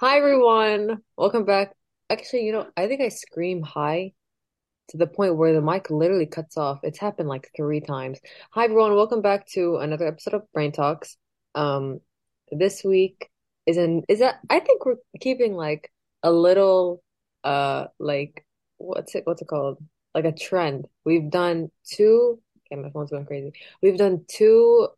Hi everyone, welcome back. Actually, you know, I think I scream hi to the point where the mic literally cuts off. It's happened like three times. Hi everyone, welcome back to another episode of Brain Talks. Um, this week is an is that I think we're keeping like a little uh like what's it what's it called? Like a trend. We've done two. Okay, my phone's going crazy. We've done two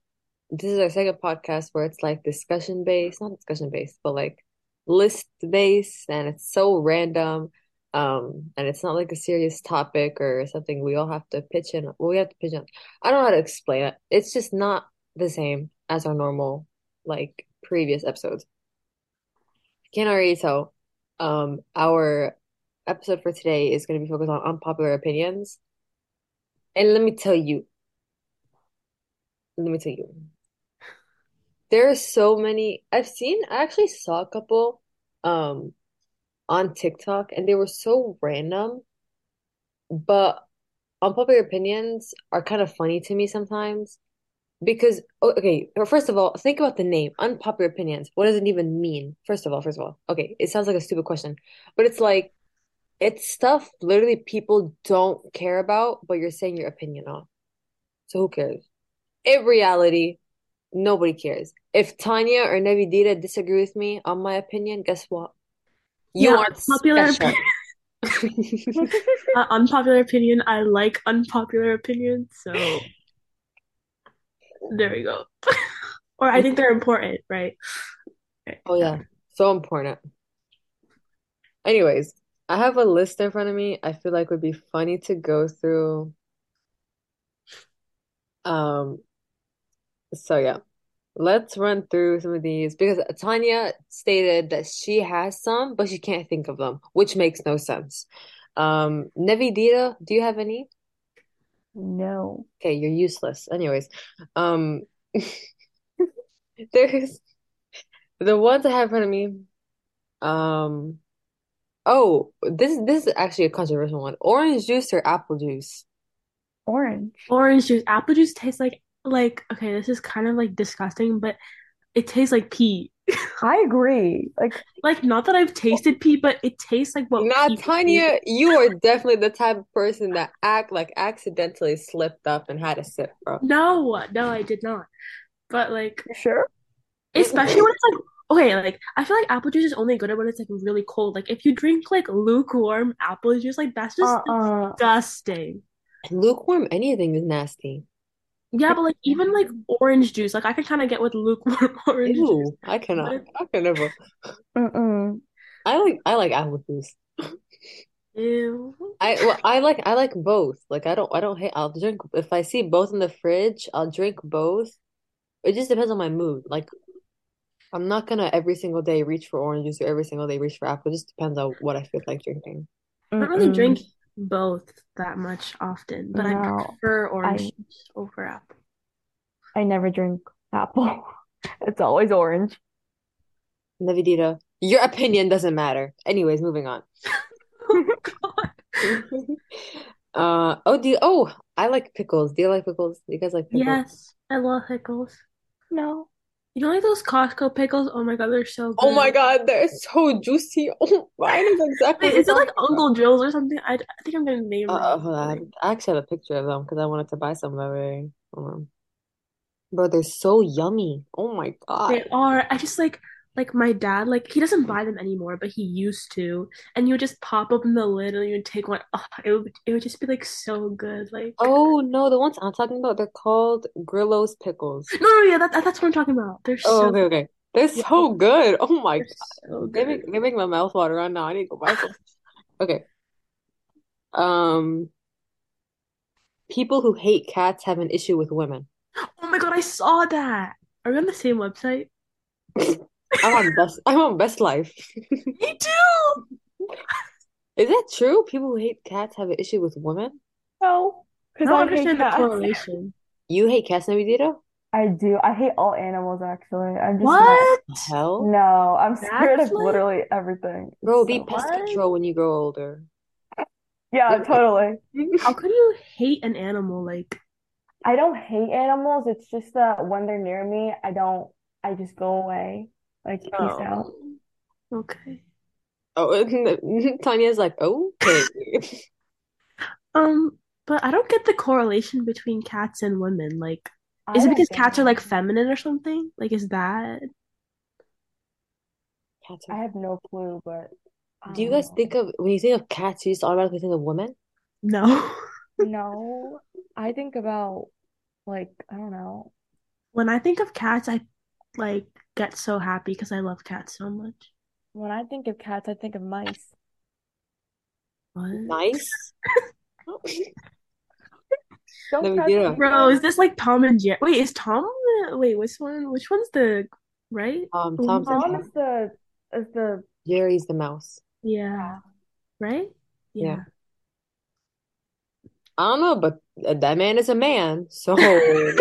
this is our second podcast where it's like discussion based, not discussion based, but like list based, and it's so random. Um, and it's not like a serious topic or something we all have to pitch in. Well, we have to pitch in. I don't know how to explain it. It's just not the same as our normal, like previous episodes. You can already tell. Um, our episode for today is going to be focused on unpopular opinions. And let me tell you, let me tell you, there are so many I've seen I actually saw a couple um on TikTok and they were so random but unpopular opinions are kind of funny to me sometimes because o- okay first of all think about the name unpopular opinions what does it even mean first of all first of all okay it sounds like a stupid question but it's like it's stuff literally people don't care about but you're saying your opinion on so who cares in reality Nobody cares. If Tanya or Navidita disagree with me on my opinion, guess what? You Yeah, aren't unpopular special. uh, unpopular opinion. I like unpopular opinions, so there we go. or I think they're important, right? Right. Oh yeah, so important. Anyways, I have a list in front of me I feel like would be funny to go through. Um, so yeah, let's run through some of these because Tanya stated that she has some, but she can't think of them, which makes no sense. Um, Navidita, do you have any? No. Okay, you're useless. Anyways, um, there's the ones I have in front of me. Um, oh, this this is actually a controversial one. Orange juice or apple juice? Orange. Orange juice, apple juice tastes like like okay. This is kind of like disgusting, but it tastes like pee. I agree. Like, Like not that I've tasted pee, but it tastes like what Now, pee tastes Tanya, you are definitely the type of person that act like accidentally slipped up and had a sip, bro. No, no, I did not. But like, you sure? especially when it's like okay, like I feel like apple juice is only good when it's like really cold. Like if you drink like lukewarm apple juice, like that's just Uh-uh. disgusting. Lukewarm anything is nasty. Yeah, but like even like orange juice, like I could kind of get with lukewarm orange juice. Ew, I But cannot. it- I can never. uh, Mm-mm. I like I like apple juice. ew. I well, I like I like both. Like I don't I don't hate. I'll drink if I see both in the fridge. I'll drink both. It just depends on my mood. Like I'm not gonna every single day reach for orange juice or every single day reach for apple. It just depends on what I feel like drinking. I don't really drink Mm-mm. both that much often, but I No. prefer orange I juice over apple. I never drink apple. It's always orange. Navidita, your opinion doesn't matter. Anyways, moving on. Oh God. Uh oh, do you, oh I like pickles. Do you like pickles? Do you guys like pickles? Yes, I love pickles. No. You know, like those Costco pickles? Oh my God, they're so Oh my good. God, they're so juicy. Oh, I know exactly Wait, what is it you're like talking about. Uncle Joe's or something? I, I think I'm gonna name Uh, wrong. hold on. I Like, have- I actually have a picture of them because I wanted to buy some of it. Hold on. Bro, they're so yummy. Oh my They God. are. I just like like my dad like he doesn't buy them anymore, but he used to, and you would just pop open the lid and you would take one. Oh, it would it would just be like so good. Like Oh no, the ones I'm talking about, they're called Grillo's pickles. no, no, yeah, that, that's what I'm talking about. They're Oh, so okay, okay. They're yeah, so good. Oh my God. they're so They make good. they make my mouth water right now. I need to go buy some. Okay. Um, people who hate cats have an issue with women. Oh my God, I saw that. Are we on the same website? I'm on best I'm on best life. Me too. Is that true? People who hate cats have an issue with women? No. I Because don't I hate understand the cats. correlation. You hate cats, Navidita? I do. I hate all animals, actually. I'm just not. What? The hell? No, I'm scared That's of like literally everything. It's Bro, be so. pest what? control when you grow older. Yeah, totally. How could you hate an animal? Like I don't hate animals. It's just that when they're near me, I don't. I just go away. Like, peace no. out. Okay. Oh, Tanya's like, okay. Um, but I don't get the correlation between cats and women. Like, I is it don't because get cats are it. like feminine or something? Like, is that Cats I um, are. have no clue, but I Do you don't guys know. think of when you think of cats, you just automatically think of women? no? No, I think about like I don't know. When I think of cats, I like get so happy because I love cats so much. When I think of cats, I think of mice. What? Nice. Don't No, we cats do. do Bro, is that? this like Tom and Jerry? Wait, is Tom the- wait, which one? Which one's the right? Um, Who's Tom's the the Tom is cat. the is the Jerry's the mouse. Yeah, cat. right? Yeah. Yeah. I don't know, but th- that man is a man, so I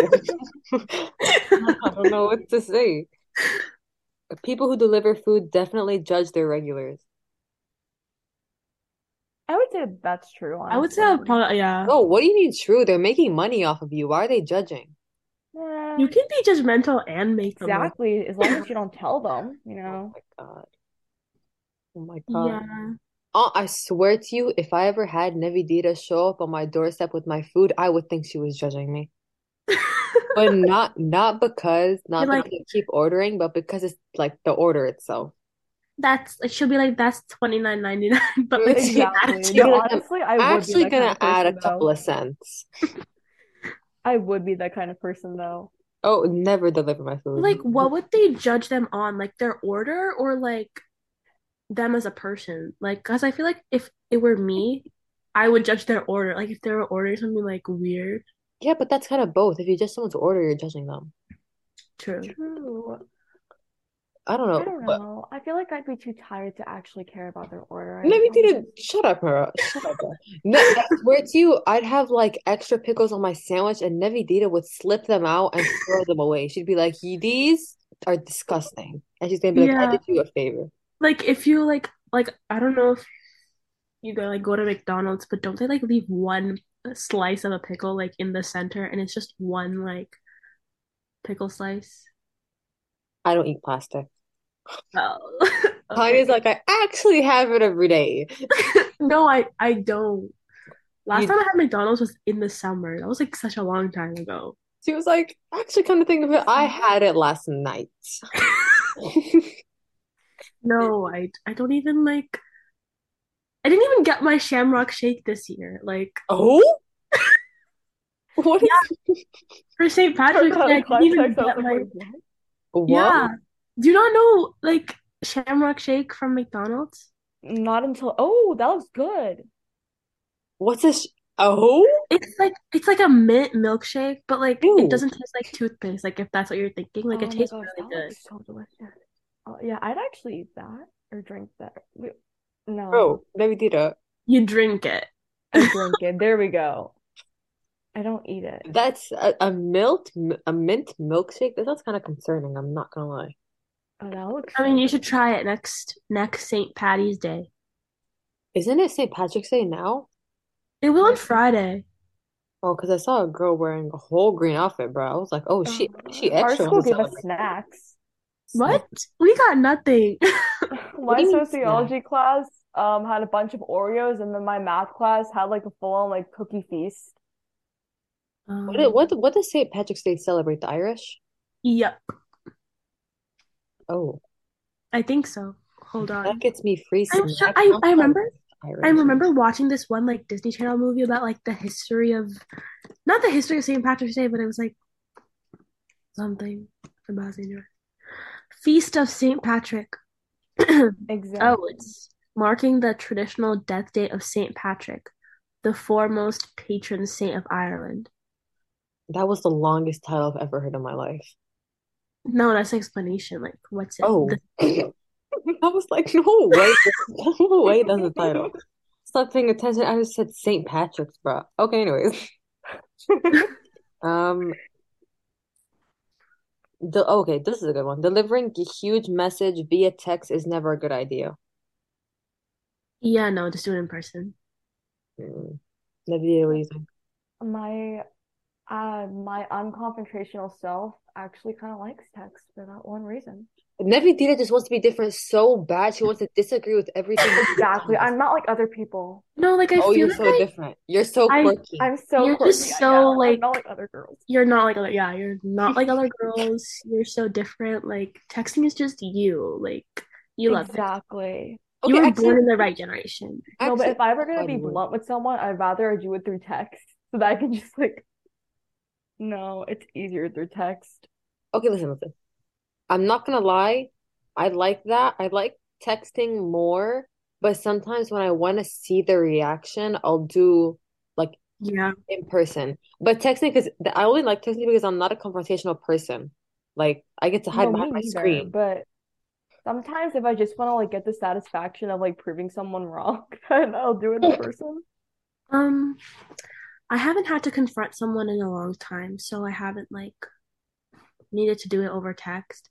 don't know what to say. People who deliver food definitely judge their regulars. I would say that's true, I would say honestly. I'll probably yeah. Oh, what do you mean true? They're making money off of you. Why are they judging? Yeah, You can be judgmental and make them like exactly. As long as you don't tell them, you Oh my God. know. Oh my God. Yeah. Oh, I swear to you, if I ever had Navidita show up on my doorstep with my food, I would think she was judging me. But not not because not You're because like I keep ordering, but because it's like the order itself. that's like she'll be like that's twenty nine ninety nine, but like she Exactly. actually No, Literally, I'm honestly, I would be actually that kind gonna of add a person couple though. of cents. I would be that kind of person though. Oh, never deliver my food. like what would they judge them on? Like their order or like them as a person. Like, cause I feel like if it were me, I would judge their order. Like if they were ordering something like weird. Yeah, but that's kind of both. If you judge someone's order, you're judging them. True. True. I don't I know, don't Oh, but know. I feel like I'd be too tired to actually care about their order. I Maybe I would did just shut up, Mara. Shut up. Mara. No, I swear to you, I'd have like extra pickles on my sandwich, and Nevidita would slip them out and throw them away. She'd be like, "Ye- "These are disgusting," and she's gonna be like, "I Yeah. did you a favor." Like if you like like I don't know if you go like go to McDonald's, but don't they like leave one slice of a pickle like in the center and it's just one like pickle slice? I don't eat plastic. Oh. Tanya's Okay. like, "I actually have it every day." No, I I don't. Last You, time I had McDonald's was in the summer. That was like such a long time ago. she was like, "Actually, come to think of it, I Mm-hmm. had it last night." No, I I don't even like I didn't even get my Shamrock Shake this year. Like, Oh, what yeah, is for St. Patrick's out Day, I of didn't even context. I was get like, my. wait, what? what? Yeah. Do you not know, like, Shamrock Shake from McDonald's? Not until oh, that was good. What's this? Oh, It's like it's like a mint milkshake, but like it ew. doesn't taste like toothpaste, like if that's what you're thinking. Like it Oh my tastes gosh, really that good. looks so delicious. Oh yeah, I'd actually eat that or drink that. Wait, no, Oh. Bro, Nevidita. You drink it. I drink it. There we go. I don't eat it. That's a, a milk, a mint milkshake. That sounds kind of concerning. I'm not gonna lie. Oh, that looks I so mean, you good. should try it next next St. Patty's Day. Isn't it St. Patrick's Day now? It will on Yes. Friday. Oh, because I saw a girl wearing a whole green outfit, bro. I was like, oh, she she Uh, our extra on school the gave us celebration. snacks. Snap. What? We got nothing. What do My you mean snap? sociology class um had a bunch of Oreos, and then my math class had like a full-on like cookie feast. What did, Um, what what does St. Patrick's Day celebrate? The Irish? yep, Oh, I think so. Hold that on. gets me free I'm sure snacks. I, I'm I not remember I Irish. remember watching this one like Disney Channel movie about like the history of not the history of St. Patrick's Day, but it was like something about St. Patrick. Feast of St. Patrick. Oh, Exactly. it's marking the traditional death date of St. Patrick, the foremost patron saint of Ireland. That was the longest title I've ever heard in my life. No, that's an explanation. Like, what's it? The, Oh, I was like, no way, no way. That's the title. Stop paying attention. I just said St. Patrick's, bro. Okay, anyways. Um, the okay, this is a good one. Delivering a huge message via text is never a good idea. yeah, no, just do it in person. Hmm. Oh. Mm. Never did what do you think? My Uh, my unconfrontational self actually kind of likes text for that one reason. Nevi Dita just wants to be different so bad. She wants to disagree with everything. Exactly. I'm not like other people. No, like I Oh, feel you're so like different. You're so I- quirky. I'm so You're quirky, just I so, know. like- I'm not like other girls. you're not like other yeah, you're not like other girls. You're so different. Like texting is just you. Like you love it. Exactly. Okay, You were actually, born in the right generation. No, but actually- if I were gonna be Probably. blunt with someone, I'd rather I do it through text so that I can just like, no, it's easier through text. Okay, listen, listen. I'm not gonna lie. I like that. I like texting more, but sometimes when I want to see the reaction, I'll do Yeah. in person. But texting, because I only like texting because I'm not a confrontational person. Like I get to hide No, behind me my neither, screen. but sometimes if I just want to like get the satisfaction of like proving someone wrong, then I'll do it in person. Um I haven't had to confront someone in a long time, so I haven't like needed to do it over text.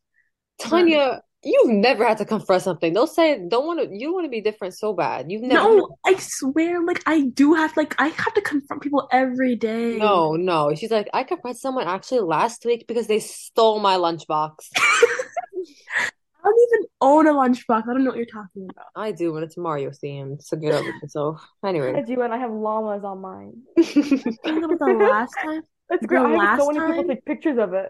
Tanya, you've never had to confront something. They'll say don't want to. You want to be different so bad. You've never. No, I swear, like I do have like I have to confront people every day. No, no. She's like, I confronted someone actually last week because they stole my lunchbox. I don't even own a lunchbox. I don't know what you're talking about. I do, when it's Mario themed, so get over it. So I anyway. do, and I have llamas on mine. Oh, Think about the last time That's The great. I have so last many people time- Oh, take pictures of it.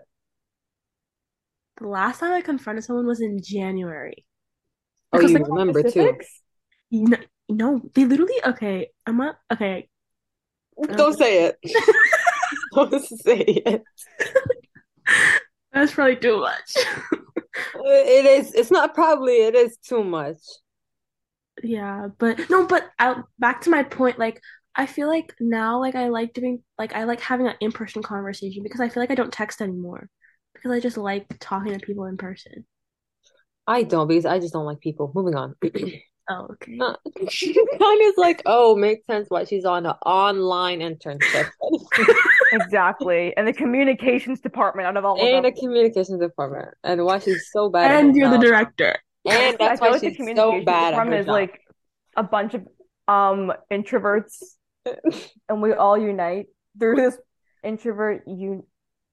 the last time I confronted someone was in January. Oh, Because you they Like, remember too. specifics? No, no, they literally okay, I'm not okay. Don't say it. Don't say it. That's probably too much. It is, it's not probably, it is too much. Yeah, but no, but I, back to my point, like I feel like now like I like doing like I like having an in-person conversation because I feel like I don't text anymore because I just like talking to people in person. I don't because I just don't like people. Moving on. Oh, okay. Tanya's like, oh, makes sense why she's on an online internship Exactly. And the communications department out of all of and a them. communications department and why she's so bad at her And you're the job. director. And I that's feel why like the she's so communications bad at department her is like a bunch of um introverts job. and we all unite through this introvert un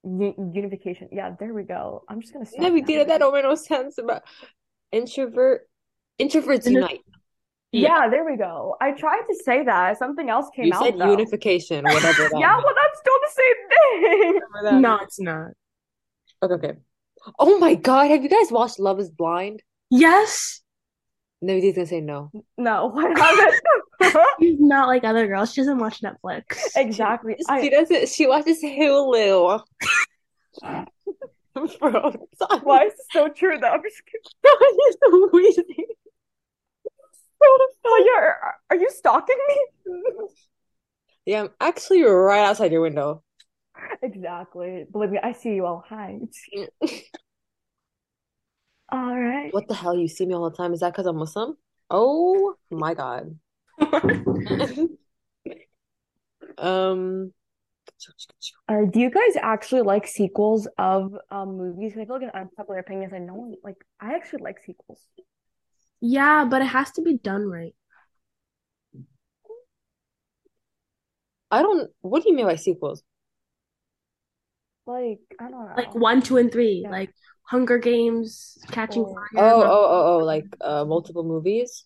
u- unification. Yeah, there we go. I'm just gonna stop Never now. did it. That don't make no sense. But introvert, introverts And it- unite. Yeah, there we go. I tried to say that. Something else came You out said though. unification, whatever that Yeah, well that's still the same thing. means. No, it's not. Okay, okay. Oh my God, have you guys watched Love is Blind? Yes, Nobody's gonna say no. No, what happened? she's not like other girls. She doesn't watch Netflix. Exactly. She I doesn't. She watches Hulu. Bro, why is this so true though? I'm just Tanya's wheezing. Oh, you're, are you stalking me? Yeah, I'm actually right outside your window. Exactly. Believe me, I see you all. Hi. All right. What the hell? You see me all the time. Is that because I'm Muslim? Oh my God. Um. Uh, do you guys actually like sequels of um, movies? I feel like an unpopular opinion is I know, like, I actually like sequels. Yeah, but it has to be done right. I don't. What do you mean by sequels? Like, I don't know. Like one, two, and three, Yeah. like Hunger Games, Catching Oh. Oh, Fire. oh, oh, oh, like uh, multiple movies.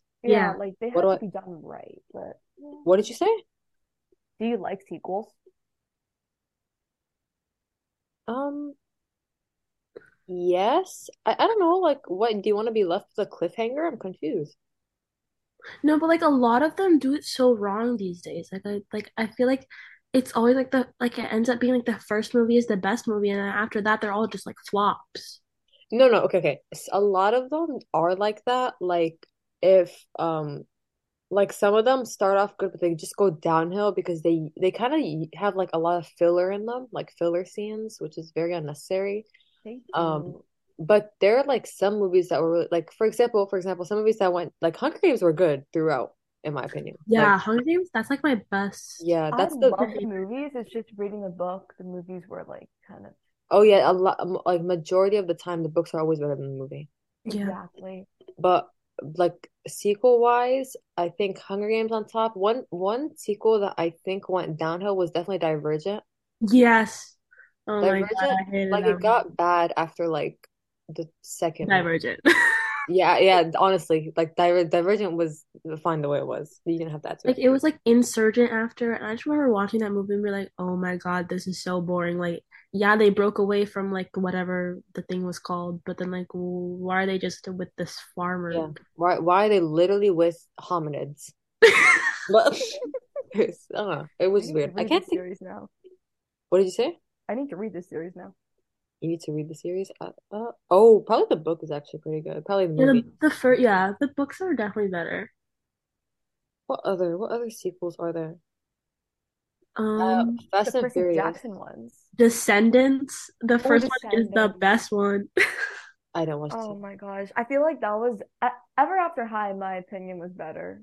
Yeah. Yeah, like they What have do to be done right. But do What did you say? you like sequels? Um, yes. I, I don't know. Like, what do you want to be left with a cliffhanger? I'm confused. No, but like a lot of them do it so wrong these days. Like I like I feel like it's always like the like it ends up being like the first movie is the best movie and then after that they're all just like flops. No, no. Okay, okay. S- A lot of them are like that. Like, if um, like some of them start off good, but they just go downhill because they they kind of have like a lot of filler in them, like filler scenes, which is very unnecessary. Thank Um, you. But there are like some movies that were really, like for example, for example, some movies that went like Hunger Games were good throughout, in my opinion. Like Yeah, Hunger Games, that's like my best. yeah, I that's the love the movies. It's just reading the book. The movies were like kind of oh yeah, a lot um, like majority of the time the books are always better than the movie. Yeah. exactly. But like sequel wise, I think Hunger Games on top. One one sequel that I think went downhill was definitely Divergent. Yes. Oh my God, Divergent, I hated like it that got bad after like the second one. Divergent. Yeah, yeah, honestly, like Diver Divergent was fine the way it was. You didn't have that to Like it. it was like Insurgent after, and I just remember watching that movie and be like, "Oh my God, this is so boring." Like, yeah, they broke away from like whatever the thing was called, but then like, why are they just with this Yeah. farmer? Why why are they literally with hominids? But it's- I don't know. It I was need to weird. I read can't this think. series now. What did you say? I need to read this series now. You need to read the series. Uh, uh, oh, probably the book is actually pretty good. Probably the Yeah, movie. the the first, yeah, the books are definitely better. What other what other sequels are there? Uh, Um, Fast The and Percy Furious. Jackson ones. Descendants, the Oh, first one is the Descendants. best one. I don't watch this Oh one. my gosh. I feel like that was E- Ever After High, in my opinion, was better.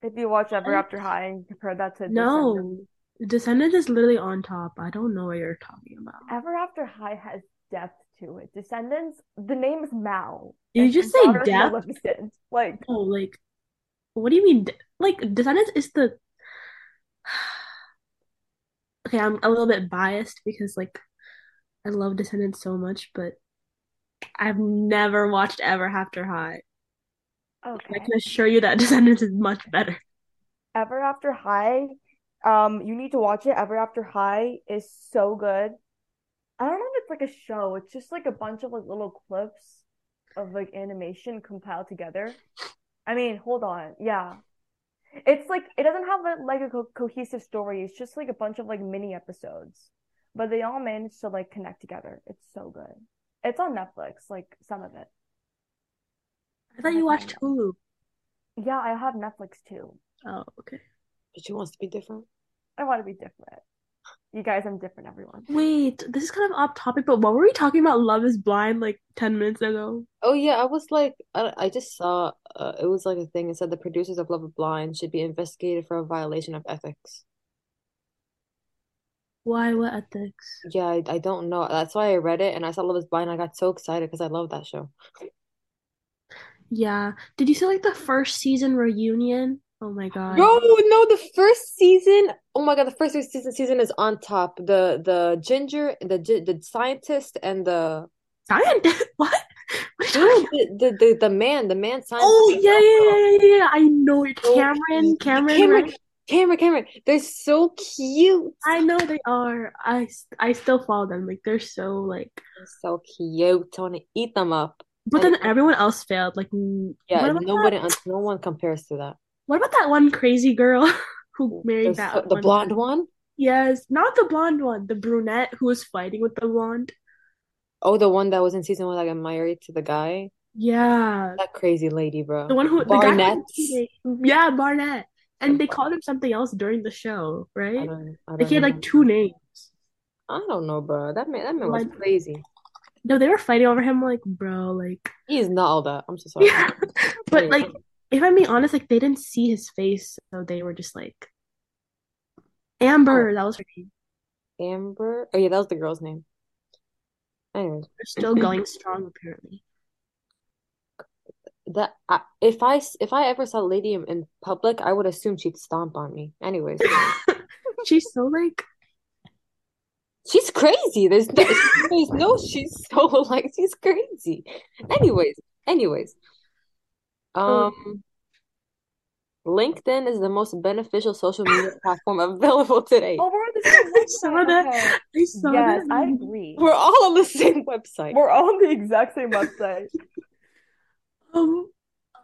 If you watch Ever After High and compare that to Descendants, No, Descendants is literally on top. I don't know what you're talking about. Ever After High has depth to it. Descendants, the name is Mal, Did and you his just say daughter is death? Maleficent. Like, No, Oh, like, what do you mean? de- Like, Descendants is the okay. I'm a little bit biased because like I love Descendants so much, but I've never watched Ever After High. I okay. can assure you that Descendants is much better. Ever After High, um, you need to watch it. Ever After High is so good. I don't know if it's like a show. It's just like a bunch of like little clips of like animation compiled together. I mean, hold on. Yeah. It's like it doesn't have a, like a co cohesive story. It's just like a bunch of like mini episodes, but they all manage to like connect together. It's so good. It's on Netflix, like some of it. I I thought you recommend watched that. Hulu. Yeah, I have Netflix too. Oh, okay. But she wants to be different. I want to be different. You guys, I'm different, everyone. Wait, this is kind of off topic, but what were we talking about Love is Blind like 10 minutes ago? Oh yeah, I was like, I, I just saw uh, it was like a thing. It said the producers of Love is Blind should be investigated for a violation of ethics. Why, what ethics? Yeah, I, I don't know. That's why I read it and I saw Love is Blind. I got so excited because I love that show. Yeah. Did you see like the first season reunion? Oh my Yo, God. no, the first season. Oh my God, the first season season is on top. The the ginger, the gi- the scientist, and the Scientist? What? What are you dude, talking the the the, the man, the man scientist. Oh, yeah, yeah, yeah, yeah, yeah. yeah. I know it. So Cameron, cute. Cameron, Cameron, right? Cameron, Cameron. They're so cute. I know they are. I, s- I still follow them. Like, they're so like. They're so cute. I want to eat them up. But And then everyone else failed. Like, n- yeah, what about that? nobody, no one compares to that. What about that one crazy girl who married There's so, that the one blonde one. Yes, not the blonde one, the brunette who was fighting with the blonde. Oh, the one that was in season one that got married to the guy. Yeah, That crazy lady, the bro. one who the guy who was Barnett's. cheating. Yeah, Barnett. The And they called him something else during the show, I right? don't I Like he don't had like know. two names. I don't know, bro. That man that man was Like crazy. no, they were fighting over him. Like bro, like He is not all that. I'm so sorry. yeah. But Anyway, like, if I'm being honest, like they didn't see his face, so they were just like oh, Oh. Amber. That was her name. Amber. Oh yeah, that was the girl's name. Anyways, They're still going strong apparently. that I, if I s- if I ever saw Lady in, in public, I would assume she'd stomp on me. Anyways, She's so like she's crazy. There's no, there's no. She's so like she's crazy. Anyways, anyways, um. um. LinkedIn is the most beneficial social media platform available today. Oh, we're on the same I saw website. that. Okay. I saw that. Yes, I meme. agree. We're all on the same website. We're on the exact same website. Um,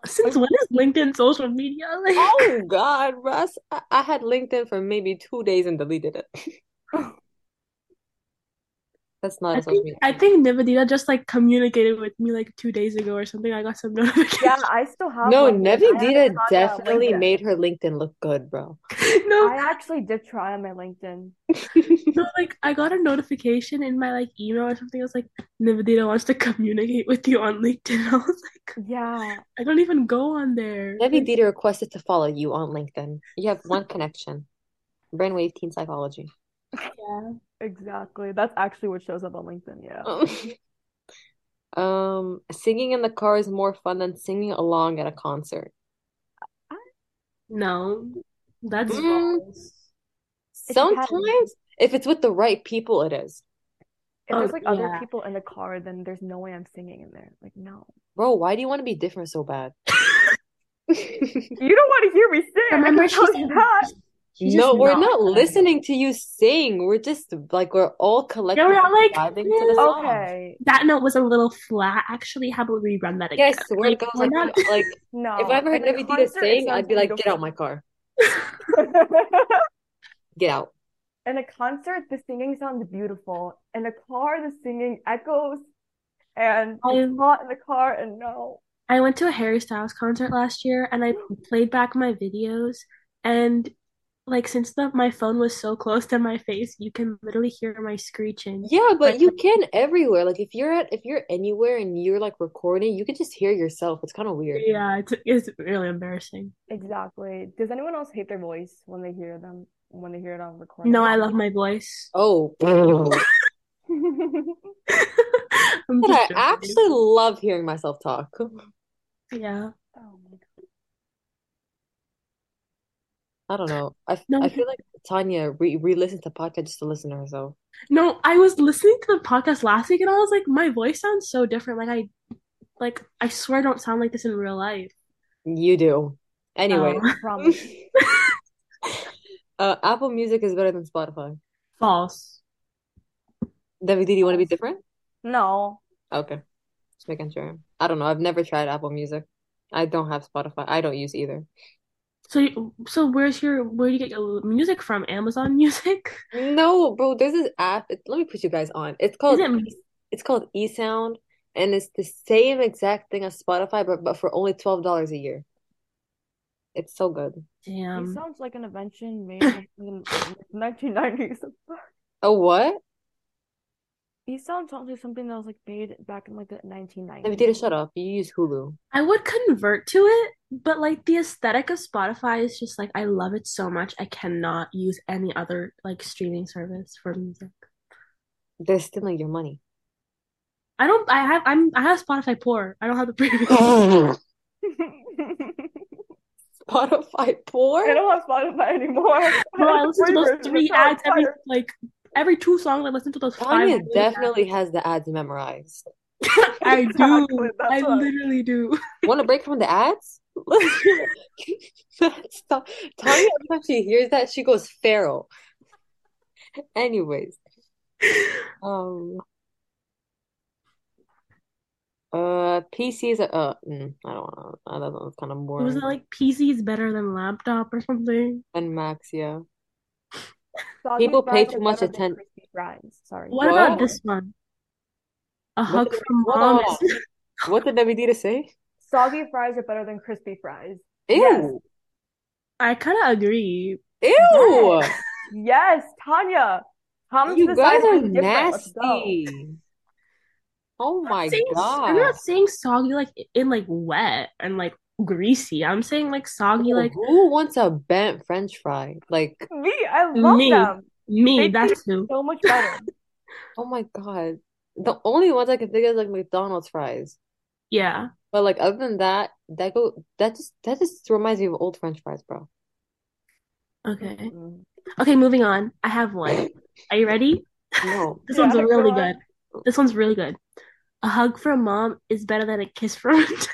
since Like, when is LinkedIn social media? Like, oh God, Russ, I, I had LinkedIn for maybe two days and deleted it. That's not I a social think media. I think Nivedita just like communicated with me like two days ago or something. I got some Yeah, notification. I still have No, LinkedIn. I haven't Nevedita tried it on definitely LinkedIn. made her LinkedIn look good, bro. No, I actually did try on my LinkedIn. no, like I got a notification in my like email or something. It was like Nivedita wants to communicate with you on LinkedIn. I was like, Yeah. I don't even go on there. Like, Nevedita requested to follow you on LinkedIn. You have one connection, Brainwave Teen Psychology. yeah. Exactly. That's actually what shows up on LinkedIn, yeah. Oh. Oh. Um, singing in the car is more fun than singing along at a concert. I- No, that's Mm, false. It depends. sometimes If it's with the right people, it is. If Oh, there's like other yeah. people in the car, then there's no way I'm singing in there. Like no. Bro, why do you want to be different so bad? You don't want to hear me sing. I Remember can she tell said- you that. She's No, just we're not not funny. listening to you sing. We're just like we're all Yeah, we're collectively not like vibing to the song. Okay. that note was a little flat. Actually, how about we run that Yeah, I again? swear to Like, God, Oh, we're like, not- you know, like No. if I ever heard in a Navidita concert, it sing, sounds I'd be like, get out my car, beautiful. get out. In a concert, the singing sounds beautiful. In a car, the singing echoes, and I- it's hot in the car, and no. I went to a Harry Styles concert last year and I played back my videos and like since the my phone was so close to my face, you can literally hear my screeching. Yeah, but Like- you can everywhere. Like if you're at if you're anywhere and you're like recording, you can just hear yourself. It's kind of weird. Yeah, it's it's really embarrassing. Exactly. Does anyone else hate their voice when they hear them, when they hear it on recording? No, I love my voice. Oh, but I'm I just joking. actually love hearing myself talk. Yeah. Oh my God. I don't know. I f- No, I we- feel like Tanya re re-listened to podcast just to listen to herself. No, I was listening to the podcast last week and I was like, my voice sounds so different. Like I like I swear I don't sound like this in real life. You do. Anyway, Oh. Promise. uh, Apple Music is better than Spotify. False. David, do you want to be different? No. Okay, just making sure. I don't know. I've never tried Apple Music. I don't have Spotify. I don't use either. So you, so where's your where do you get your music from? Amazon Music? No, bro, there's this app. It, let me put you guys on. It's Is called it it's called eSound, and it's the same exact thing as Spotify, but but for only twelve dollars a year. It's so good. He Damn. sounds like an invention made in the 1990s. Oh, what? He sounds like something that was like made back in like the 1990s. Davidita, shut up. You use Hulu. I would convert to it, but like the aesthetic of Spotify is just like I love it so much. I cannot use any other like streaming service for music. They're stealing your money. I don't I have I'm I have Spotify poor. I don't have the premium. Oh. Spotify poor? I don't have Spotify anymore. Bro, I listen to Free those version, three it's on ads every fire. like every two songs I listen to those five Tanya ads. definitely has the ads memorized. I do. Exactly, that's I why. literally do. Want to break from the ads? That's not- Tanya, every time she hears that, she goes feral. Anyways, um, uh, PCs. Are, uh, mm, I don't know. That doesn't kind of It was boring. like PC is better than laptop or something. And Max, yeah. Soggy People pay fries too are much better than atten- crispy fries. Sorry. What about What? this one? A What hug did- from hold mom. on. is- What did Navidita say? Soggy fries are better than crispy fries. Yes. Ew, I kind of agree. ew. Yes, Tanya. Come You to the guys side are and be different. Let's go. nasty. Oh I'm not my saying- I'm God. not saying soggy like in like wet and like greasy. I'm saying like soggy Oh, Who- like Who wants a bent French fry? Like, Me, I love Me. them. me. They That's taste who. so much better. oh my God. The only ones I can think of is like McDonald's fries. Yeah. But like other than that, that go that just that just reminds me of old French fries, bro. Okay. Mm. Okay. Moving on. I have one. Are you ready? No. This one's Yeah, go really on. good. This one's really good. A hug from mom is better than a kiss from a dad.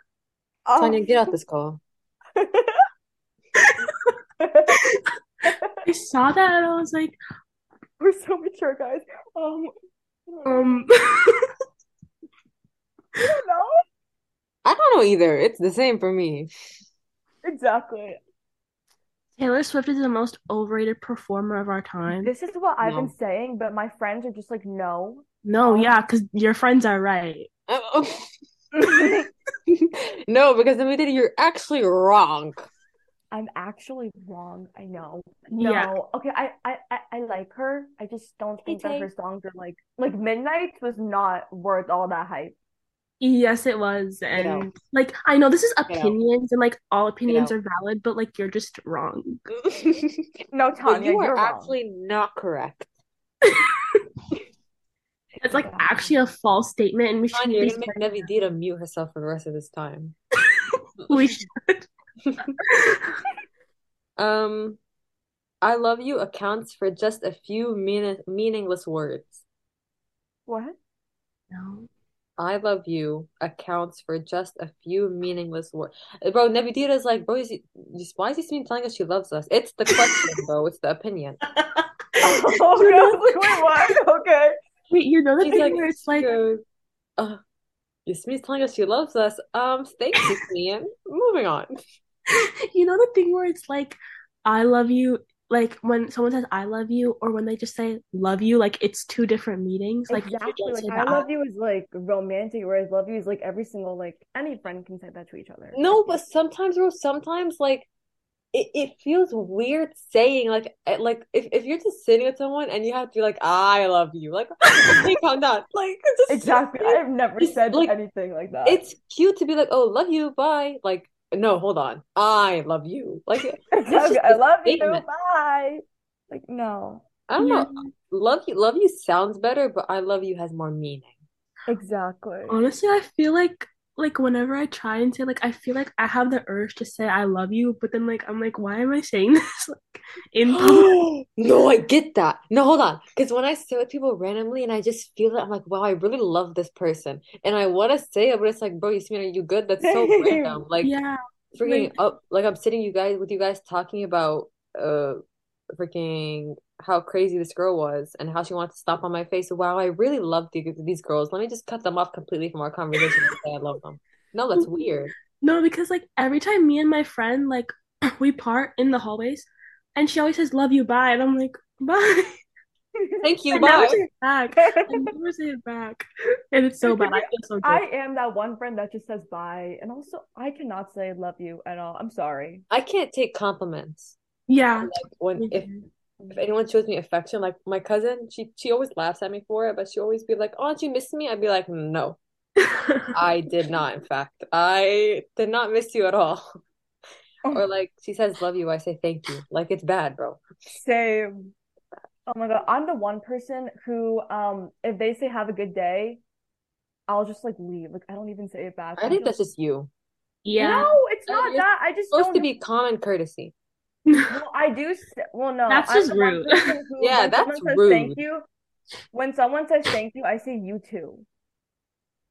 Tanya, Oh. get out this call. I saw that and I was like, We're so mature, guys. Um, um, I don't know. I don't know either. It's the same for me. Exactly. Taylor Swift is the most overrated performer of our time. This is what I've been No. saying, but my friends are just like, no. No, yeah, because your friends are right. No, because Navidita, you're actually wrong. I'm actually wrong. I know. Yeah. No. Okay, I, I, I, I like her. I just don't think that Tay. her songs are like like Midnight was not worth all that hype. Yes, it was. out. And like, I know this is out. opinions, and like all opinions out. are valid, but like you're just wrong. No, But Tanya, you you're are wrong. actually not correct. It's like Exactly. actually a false statement, and we should Tanya, be you're gonna make Navidita mute herself for the rest of this time. we should. Um, I love you accounts for just a few mean meaningless words. What? No. I love you accounts for just a few meaningless words. Bro, Nabidita is like, bro, is he, just- why is he even telling us she loves us? It's the question, bro. It's the opinion. Oh, You no. know- Like, wait, what? Okay. Wait, you know the She's thing like, where it's like, goes, uh, Yasmin's telling us she loves us. Um, thanks, Yasmin. Moving on. you know the thing where it's like, I love you. Like when someone says I love you, or when they just say love you, like it's two different meanings. Like if you Exactly. don't Like say I the love you is like romantic, whereas love you is like every single like any friend can say that to each other. I No, feel. but sometimes, bro, sometimes like it, it feels weird saying like eh, like if, if you're just sitting with someone and you have to be like, I love you, like hey, calm down. Like just Exactly. I have never just said like anything like that. it's cute to be like, oh, love you, bye. Like, no, hold on. I love you. Like that's Exactly. just I a love you. statement. Bye. Like no. I don't Yeah. know. Love you love you sounds better, but I love you has more meaning. Exactly. Honestly, I feel like like whenever I try and say like I feel like I have the urge to say I love you, but then like I'm like, why am I saying this like in public? No, I get that. No, hold on. Because when I sit with people randomly and I just feel it, I'm like, wow, I really love this person. And I want to say it, but it's like, bro, Yasmin, are you good? That's so random. Like, Yeah, freaking like up. Like, I'm sitting you guys with you guys talking about uh freaking how crazy this girl was and how she wanted to stomp on my face. Wow, I really love the, these girls. Let me just cut them off completely from our conversation and say I love them. No, that's weird. no, because like every time me and my friend like we part in the hallways, and she always says love you, bye, and I'm like bye. Thank you. I never Bye. say it back. I never say it back, and it's so bad. I feel so I guilty. am that one friend that just says bye. And also I cannot say love you at all. I'm sorry. I can't take compliments. Yeah, Like, when me if too. if anyone shows me affection, like my cousin, she she always laughs at me for it, but she always be like, "Oh, did you miss me?" I'd be like, "No, I did not. In fact, I did not miss you at all." Oh. Or like she says, "Love you," I say, "Thank you." Like it's bad, bro. Same. Oh my God. I'm the one person who um if they say have a good day, I'll just like leave. Like I don't even say it back. I I'm Mm-hmm. think just that's just you. Yeah, No, it's Uh, not You're that. I just supposed don't to just be common courtesy. well, I do s well, no, that's I'm just the one rude. person who Yeah, when that's someone says thank rude. you, when someone says thank you, I say you too.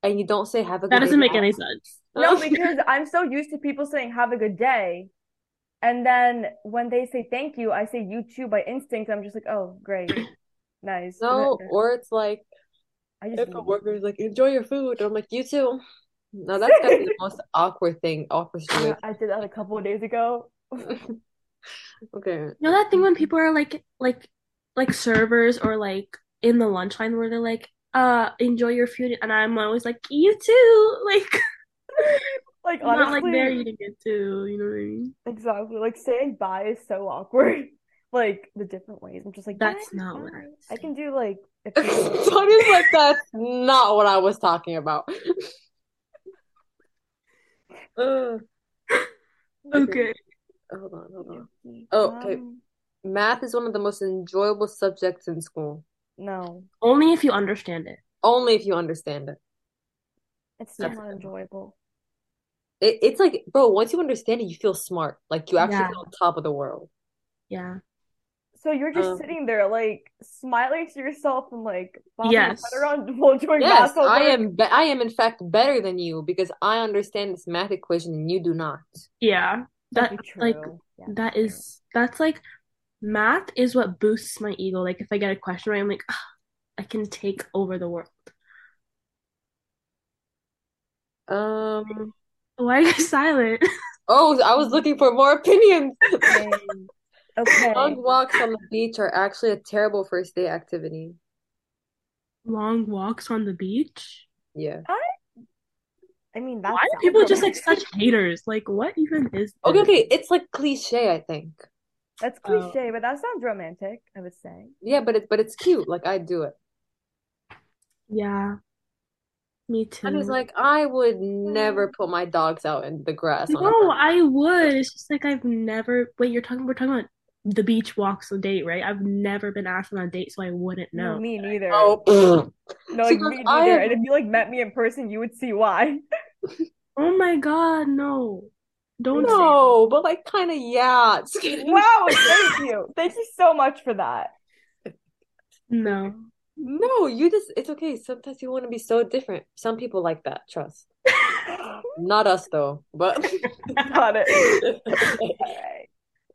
And you don't say, "Have a good That day doesn't make back." any sense. No, because I'm so used to people saying have a good day. And then when they say thank you, I say you too by instinct. I'm just like, oh, great, nice. And then No, or it's like I just if a Mm-hmm. leave. worker's like, "Enjoy your food," I'm like, "You too." No, that's gotta be the most awkward thing, awkward Uh, situation. I did that a couple of days ago. Okay. You know that thing when people are like like like servers or like in the lunch line where they're like, uh, enjoy your food and I'm always like, you too. Like Like I'm not like there honestly, eating it too, you know what I mean? exactly. Like saying bye is so awkward. Like the different ways. I'm just like, yeah, That's not what I bye. was I saying. can do like if people say So bye. I'm just like, that's not what I was talking about. Ugh. okay, Okay. hold on, hold on. Okey-dokey. Oh, okay. Um, Math is one of the most enjoyable subjects in school, no, Only if you understand it. only if you understand it. it's still That's not enjoyable. It, it's like, bro, once you understand it, you feel smart. Like you actually yeah, feel on top of the world. yeah. So you're just Um, sitting there, like smiling to yourself and like bobbing your head Yes. around while doing math yes, I homework. am. Be I am in fact better than you because I understand this math equation and you do not. Yeah. That Okay, like true. Yeah, that true. is that's like math is what boosts my ego. Like if I get a question right, I'm like, "Ah, I can take over the world. Um. Why are you silent? Oh, I was looking for more opinions. Same. Okay. Long walks on the beach are actually a terrible first day activity. Long walks on the beach? Yeah. I I mean Why that are sounds people just like romantic. such haters? Like, what even is Okay, this? okay. It's like cliche, I think. That's Oh, cliche, but that sounds romantic, I would say. Yeah, but it's but it's cute. Like I do it. yeah, me And it's too. like I would never Um, put my dogs out in the grass on a No, Sunday. I would. It's just like I've never. Wait, you're talking. We're talking about the beach walks on a date, right? I've never been asked on a date, so I wouldn't No, know. me neither. Oh, pfft. No, see, like like me I neither. have. And if you like met me in person, you would see why. Oh my God, no. Don't say No, but like kind of yeah. Just kidding. Wow, thank you. Thank you so much for that. no. No, you just it's okay. Sometimes you want to be so different. Some people like that, trust. Not us though, but Got it. Alright.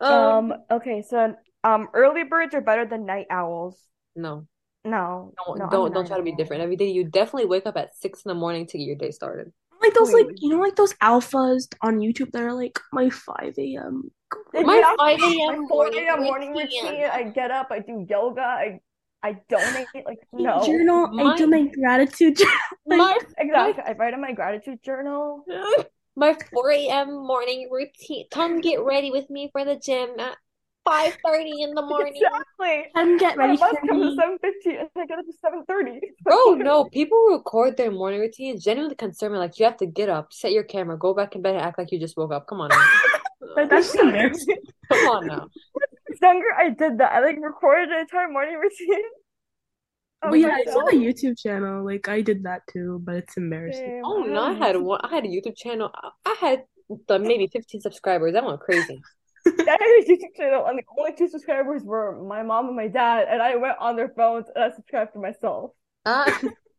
Um, okay, so um early birds are better than night owls. no. No, Don't no, I'm a don't don't try night to be owl. different. Every day you definitely wake up at six in the morning to get your day started. Like those, Wait. like you know, like those alphas on YouTube that are like my 5 a.m. It My 5 does. My a.m. 4 morning a.m. morning routine. routine, I get up, I do yoga, I I donate, like no. Journal. I do my gratitude journal. My Exactly. I write in my gratitude journal. my 4 a.m. morning routine. Come get ready with me for the gym at 5:30 in the morning. Exactly. Come get My ready bus for comes me. at 7:50 and I get up at 7:30. Bro, Oh, no, people record their morning routine. Genuinely concern me. Like you have to get up, set your camera, go back in bed, and act like you just woke up. Come on now. Like, that's just embarrassing. Come on now. Younger, I did that. I like recorded an entire morning routine. Oh, of Well, yeah, it's myself. on a YouTube channel. Like I did that too, but it's embarrassing. Damn, Oh I no, I don't had know. one. I had a YouTube channel. I, I had the, maybe 15 subscribers. That went crazy. I had a YouTube channel, and the only two subscribers were my mom and my dad, and I went on their phones and I subscribed to myself. Uh,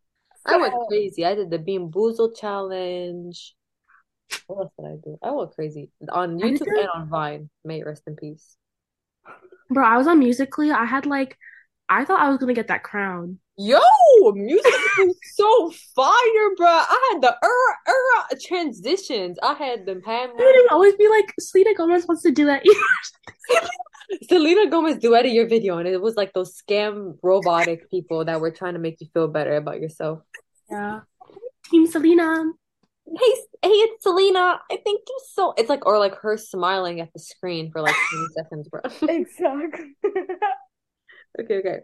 I, I went So, crazy. I did the Bean Boozled challenge. What else did I do? I went crazy on I did YouTube that- and on Vine. May it rest in peace. Bro, I was on Musical.ly. I had like, I thought I was gonna get that crown. Yo, music was so fire, bro. I had the era era transitions. I had the Dude, hammer. it would always be like Selena Gomez wants to do that. You Selena Gomez duetted your video, and it was like those scam robotic people that were trying to make you feel better about yourself. Yeah. Team Selena. Hey, S- hey, it's Selena. I think you so. It's like, or like her smiling at the screen for like 20 seconds, bro. exactly. Okay, okay.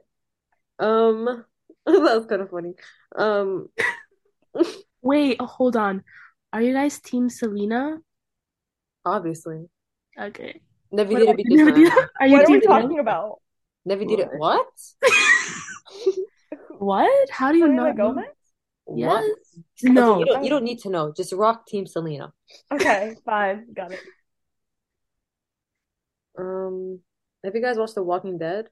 Um, that was kind of funny. Um, Wait, oh, hold on. Are you guys Team Selena? obviously, Okay. never What did it about be Never do different. that? Are you uh, What are Team we Selena? talking about? Never did it. What? What? How do you Selena not know? Gomez? What? Yes. Okay, you No. don't you don't need to know. Just rock Team Selena. Okay, fine, got it. Um, have you guys watched The Walking Dead?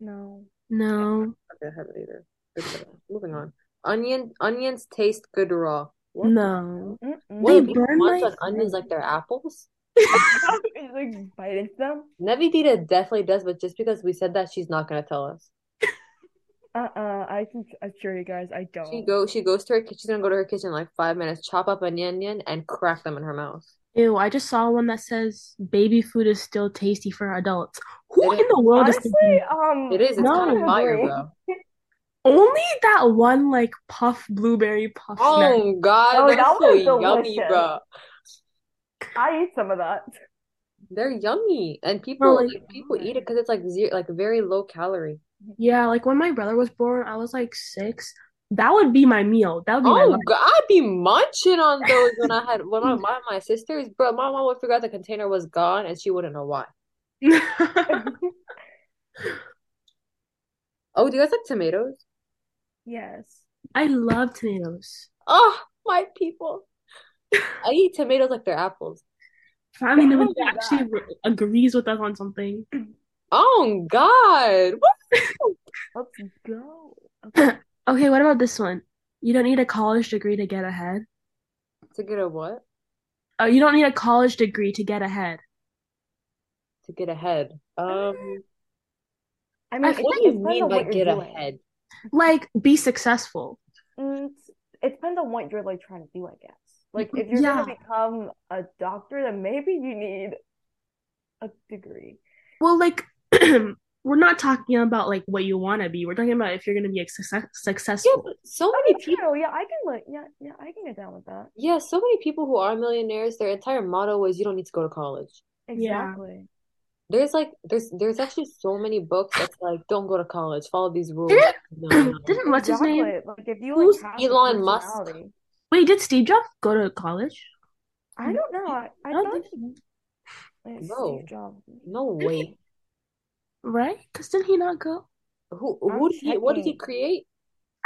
No. No. Okay, I haven't either. Good for that. Moving on. Onion onions taste good raw. What? No. What They do Mm-mm. people burn munch my on onions like they're apples? You, like bite into them? Nevidita definitely does, but just because we said that, she's not gonna tell us. Uh-uh. I can assure you guys, I She don't. go she goes to her kitchen. She's gonna go to her kitchen in like five minutes, chop up an onion and crack them in her mouth. Ew, I just saw one that says baby food is still tasty for adults. Who It is. in the world Oh, is Honestly, thinking um, It is. It's I kind of don't No. fire, agree. bro. only that one like puff blueberry puff snack? Oh God, Oh, they're that so was yummy, delicious. bro. I eat some of that. They're yummy, and people Bro, like like people eat it because it's like zero, like very low calorie. yeah, like when my brother was born, I was like six. That would be my meal. That would be my Oh lunch. God, I'd be munching on those when I had when my my, my sisters, bro. My mom would figure out the container was gone, and she wouldn't know why. Oh, do you guys like tomatoes? Yes. I love tomatoes. Oh, my people, I eat tomatoes like they're apples. Finally, nobody Don't do that. actually re- agrees with us on something. Oh God, what? Let's go. Okay, what about this one? You don't need a college degree to get ahead. To get a what? Oh, you don't need a college degree to get ahead. To get ahead. Um, I I mean, it feel what do just you it depends mean on by what you're get doing. ahead? Like, be successful. Mm, it depends on what you're like trying to do, I guess. Like, if you're Yeah. gonna become a doctor, then maybe you need a degree. Well, like, we're not talking about like what you want to be. We're talking about if you're going to be like, success Yeah, successful. but so I many mean, people. true. Yeah, I can like, yeah, yeah, I can get down with that. Yeah, so many people who are millionaires, their entire motto is you don't need to go to college. Yeah. Exactly. There's like there's there's actually so many books that's like don't go to college, follow these rules. Didn't No, no, no. didn't what's his name? Exactly. Like, if you Who's like have the Elon Musk. personality, Wait, did Steve Jobs go to college? Oh, I Mm. don't know. I, I I don't thought think so. it's Steve No, Jobs. no Did he? way. Right? Because didn't he not go? Who I'm who did he what did he checking. create?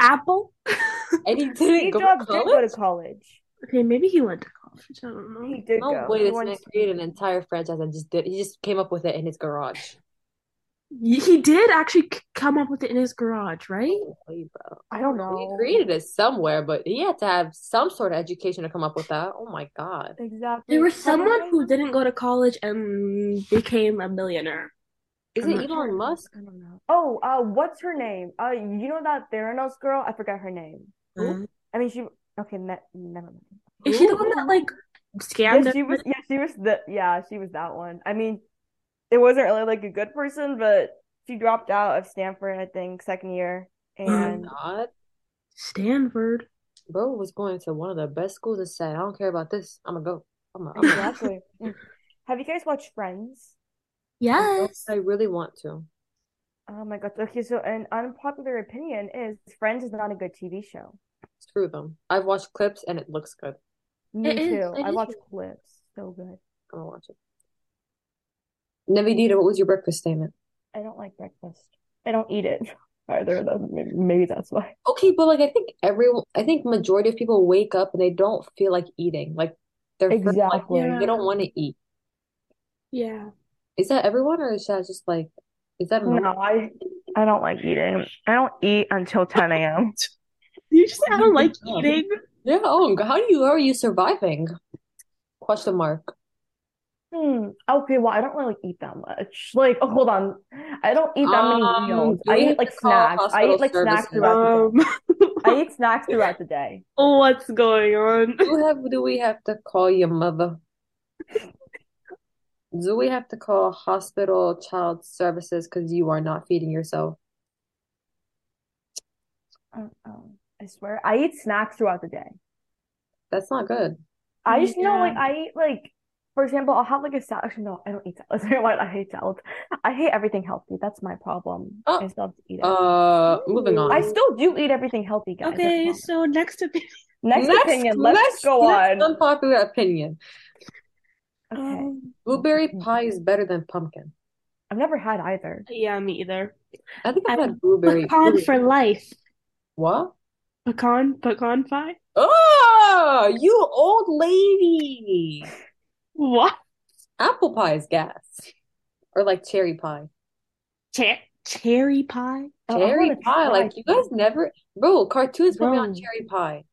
Apple? And he didn't Steve go to Jobs did go to college? college. Okay, maybe he went to college. I don't know. He did No go. way He this went man to- created an entire franchise and just did he just came up with it in his garage. He he did actually c- come up with it in his garage, right? No way, bro. I He don't know. created it somewhere, but he had to have some sort of education to come up with that. Oh my God. Exactly. There was How someone did who didn't go to college and became a millionaire. Is I'm it not Elon Musk? I don't know. Oh, uh, what's her name? Uh, you know that Theranos girl? I forgot her name. Oh. Who? I mean, she. Okay, ne never mind. Is she the one that like scammed? Yeah, she was. Yeah, she was the. Yeah, she was that one. I mean, it wasn't really like a good person, but she dropped out of Stanford, I think, second year, and God. Stanford. Bro was going to one of the best schools and said, I don't care about this. I'm gonna go. I'm Oh, gonna, I'm gonna. exactly. Mm. Have you guys watched Friends? Yes. I really want to. Oh my gosh. Okay, so an unpopular opinion is Friends is not a good TV show. Screw them. I've watched clips and it looks good. Me It is, too. it I is. watch clips. So good. I'm gonna watch it. Navidita, what was your breakfast statement? I don't like breakfast. I don't eat it either. That- may- Maybe that's why. Okay, but like I think everyone, I think majority of people wake up and they don't feel like eating. Like they're fir- like Exactly. Yeah. they don't want to eat. Yeah. Is that everyone or is that just like is that No, normal? I I don't like eating. I don't eat until 10 a.m. You just I don't like Yeah. eating. Yeah. Oh, how do you how are you surviving? Question mark. Hmm. Okay, well, I don't really eat that much. Like, oh, hold on. I don't eat that many Um, meals. do I we eat have like to call snacks. I hospital eat like services? snacks throughout Um, the day. I eat snacks throughout the day. what's going on? Do we have do we have to call your mother? Do we have to call hospital child services because you are not feeding yourself? Oh, oh, I swear. I eat snacks throughout the day. That's not good. I just know, like, Yeah. I eat, like, for example, I'll have like a salad. Actually, no, I don't eat salads. I don't want- I hate salads. I hate everything healthy. That's my problem. Oh. I still have to eat it. Uh, moving on. I still do eat everything healthy, guys. I Okay, promise. so next opinion. Next opinion. Let's go next on. unpopular opinion. Okay. Um, Blueberry Mm-hmm. pie is better than pumpkin. I've never had either. yeah, me either. I think I've I- had blueberry. Pecan for life. What? Pecan, pecan pie. Oh, you old lady. What? Apple pie is gas. Or like cherry pie. Che- cherry pie. Oh, I Cherry wanna pie. Like try you guys never, bro, cartoons put me on Bro. cherry pie.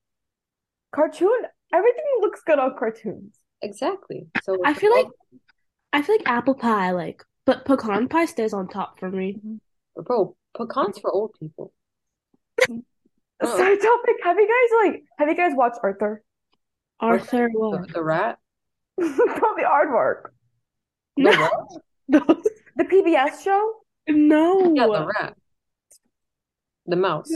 Cartoon, everything looks good on cartoons. Exactly. So I feel like I feel like apple pie, like, but pecan pie stays on top for me. bro, pecans for old people. Oh. Side topic, have you guys like have you guys watched Arthur? Arthur, The, what? the rat. Probably Aardvark. The No. what? The PBS show? No. Yeah, the rat. The mouse.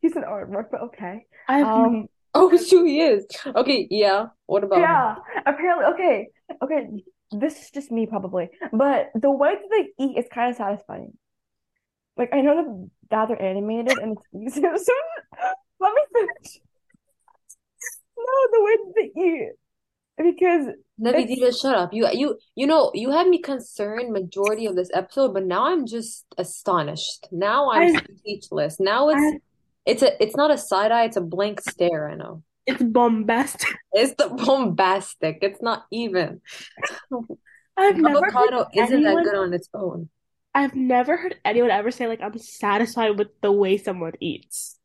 He's an Aardvark, but okay. I have Um Oh, shoot, he is. Okay, yeah. What about him? yeah, apparently okay. Okay, this is just me probably. But the way that they eat is kind of satisfying. Like I know that they're animated and it's easier. So let me finish. No, the way that they eat. Because Navidita, shut up. You you you know, you had me concerned majority of this episode, but now I'm just astonished. Now I'm I- speechless. Now it's I- it's a it's not a side eye, it's a blank stare, I know. it's bombastic. It's the bombastic. It's not even. I've never heard Avocado isn't that anyone- good on its own. I've never heard anyone ever say like I'm satisfied with the way someone eats.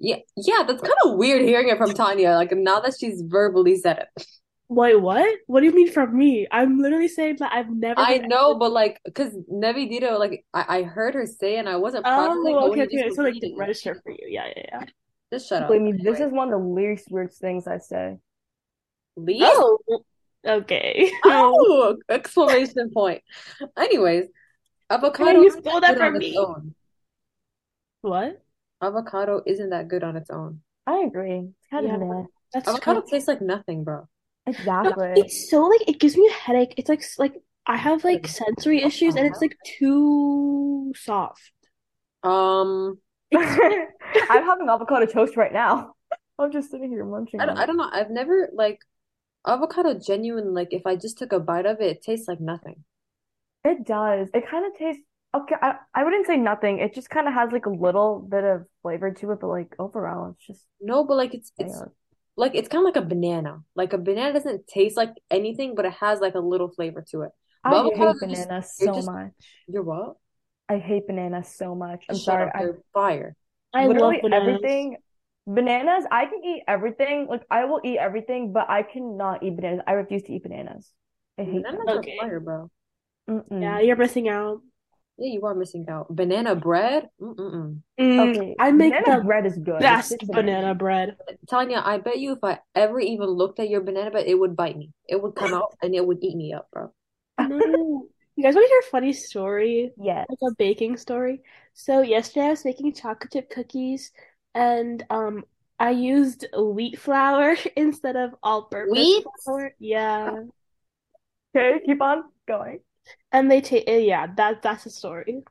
Yeah, yeah, that's kind of weird hearing it from Tanya, like now that she's verbally said it. Wait, what? What do you mean from me? I'm literally saying that I've never I heard know, but like, because Nevi Dito, like, I, I heard her say, and I wasn't processing, Oh, but when okay, you just okay. So were like reading didn't it, register for you. Yeah, yeah, yeah. just shut up. Believe me, this Anyway, is one of the least weird things I say. Lee? Oh, okay. Oh! Exclamation point. Anyways, avocado you isn't stole that that good on from its me. own. What? Avocado isn't that good on its own. I agree. It's kind of Yeah. meh. That's Avocado true. tastes like nothing, bro. No, Exactly. it's so like it gives me a headache. It's like s- like I have like Good. sensory issues and it's like too soft. Um, I'm having avocado toast right now. I'm just sitting here munching I don't, on I it. don't know. I've never like avocado genuine. Like, if I just took a bite of it, it tastes like nothing. It does. It kind of tastes okay. I, I wouldn't say nothing. It just kind of has like a little bit of flavor to it, but like overall, it's just No, but like it's it's yeah. like it's kind of like a banana. Like a banana doesn't taste like anything, but it has like a little flavor to it. I But hate avocado just bananas it so just- much. you're what? I hate bananas so much. I'm Shut sorry. up, I they're fire. I love literally bananas. everything. Bananas, I can eat everything. Like I will eat everything, but I cannot eat bananas. I refuse to eat bananas. I hate Bananas them. are Okay. fire, bro. Mm-mm. Yeah, you're missing out. Yeah, you are missing out. Banana bread? Mm-mm-mm. Mm, Okay, I make banana the bread is good. It's best just banana bread. Tanya, I bet you if I ever even looked at your banana bread, it would bite me. It would come out and it would eat me up, bro. No. You guys want to hear a funny story? Yes. Like a baking story. So yesterday I was making chocolate chip cookies and um I used wheat flour instead of all-purpose Wheat? flour. Yeah. Okay, keep on going. And they take yeah, that that's the story.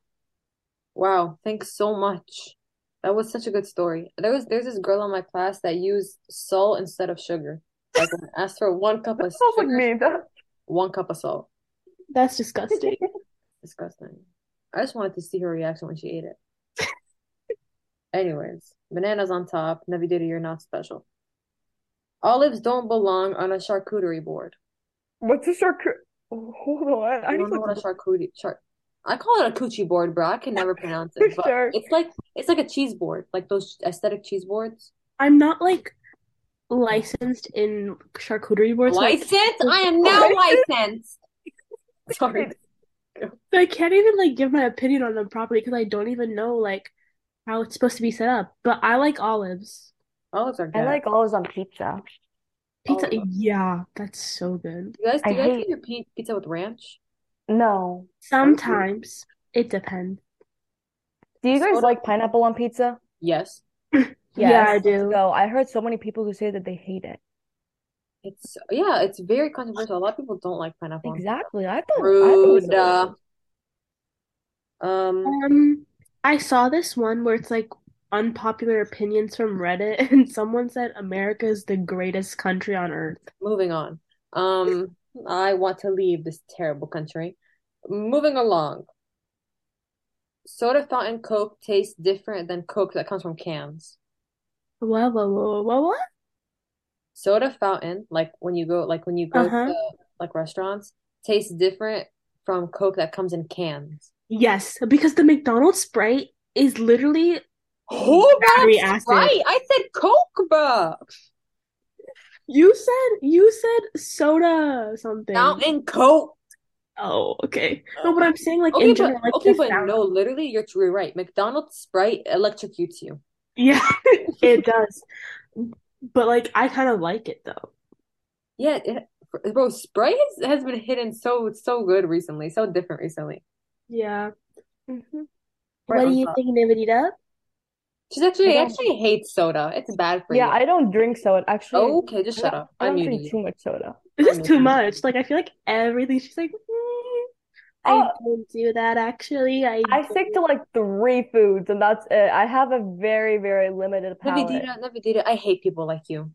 Wow, thanks so much. That was such a good story. There was there's this girl in my class that used salt instead of sugar. Like when I asked for one cup That of sounds like sugar, me. That- one cup of salt. That's disgusting. Disgusting. I just wanted to see her reaction when she ate it. Anyways, bananas on top. Navidita, you're not special. Olives don't belong on a charcuterie board. What's a charcuterie? Hold on, I You need don't to know what a look charcuterie char I call it a coochie board, bro. I can never pronounce for it, but sure. it's like it's like a cheese board, like those aesthetic cheese boards. I'm not like licensed in charcuterie boards, so I Licensed? I am now licensed. Sorry. so I can't even like give my opinion on them properly because I don't even know like how it's supposed to be set up. But I like olives. Olives are I good. like olives on pizza. Pizza, Olive. yeah, that's so good. You guys, do I you guys hate eat your pi- pizza with ranch? No. Sometimes it depends. Do you guys Soda? like pineapple on pizza? Yes. Yeah, I Yes, let's do. go. I heard so many people who say that they hate it. It's yeah, it's very controversial. A lot of people don't like pineapple on pizza. Exactly. I thought I thought it was Rude. so uh, rude. Um, Um, I saw this one where it's like unpopular opinions from Reddit, and someone said America is the greatest country on earth. moving on. Um, I want to leave this terrible country. Moving along. Soda fountain Coke tastes different than Coke that comes from cans. Whoa, whoa, whoa, whoa, whoa. Soda fountain, like when you go, like when you go Uh-huh. to like restaurants, tastes different from Coke that comes in cans. Yes, because the McDonald's Sprite is literally Who battery brought acid. Sprite? I said Coke, bro. You said you said soda something. Fountain Coke. Oh, okay. No, but I'm saying like Uh, Okay, in but general, like okay, the but sound. no, literally, you're, you're right. McDonald's Sprite electrocutes you. Yeah, it does. But like I kind of like it though. Yeah, it, bro, Sprite has, has been hitting so so good recently, so different recently. Yeah. Mhm. Right Mm-hmm. What do on you top. think, Navidita? She's actually I don't. actually hates soda. It's bad for Yeah, you. I don't drink soda. Actually, Okay, just I shut don't. up. I I don't muted drink you. too much soda. This I is muted too you. much. Like "Mm." I feel like everything she's like, "Mm, I Oh, don't do that actually. I I stick to don't. like three foods, and that's it. I have a very, very limited palate. Navidita, Navidita, I hate people like you.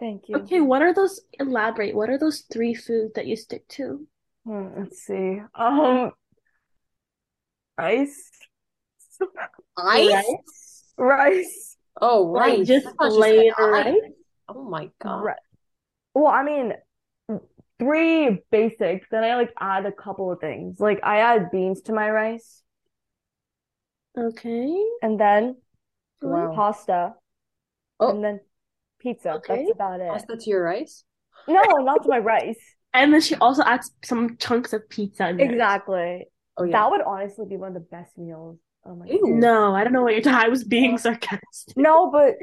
Thank you. Okay, what are those? Elaborate. What are those three foods that you stick to? Hmm, let's see. Um, rice, Ice? Rice? rice, Oh, Like rice. just I thought she said plain ice. rice? Oh my God. rice. Well, I mean, three basics. Then I like add a couple of things. Like I add beans to my rice, Okay. and then Good. Wow. pasta, Oh, and then pizza. Okay. That's about it. pasta to your rice? No, not to my rice. And then she also adds some chunks of pizza in there. Exactly. Oh yeah. That would honestly be one of the best meals. Oh my God. Ew. No, I don't know what you're talking. I was being sarcastic. No, but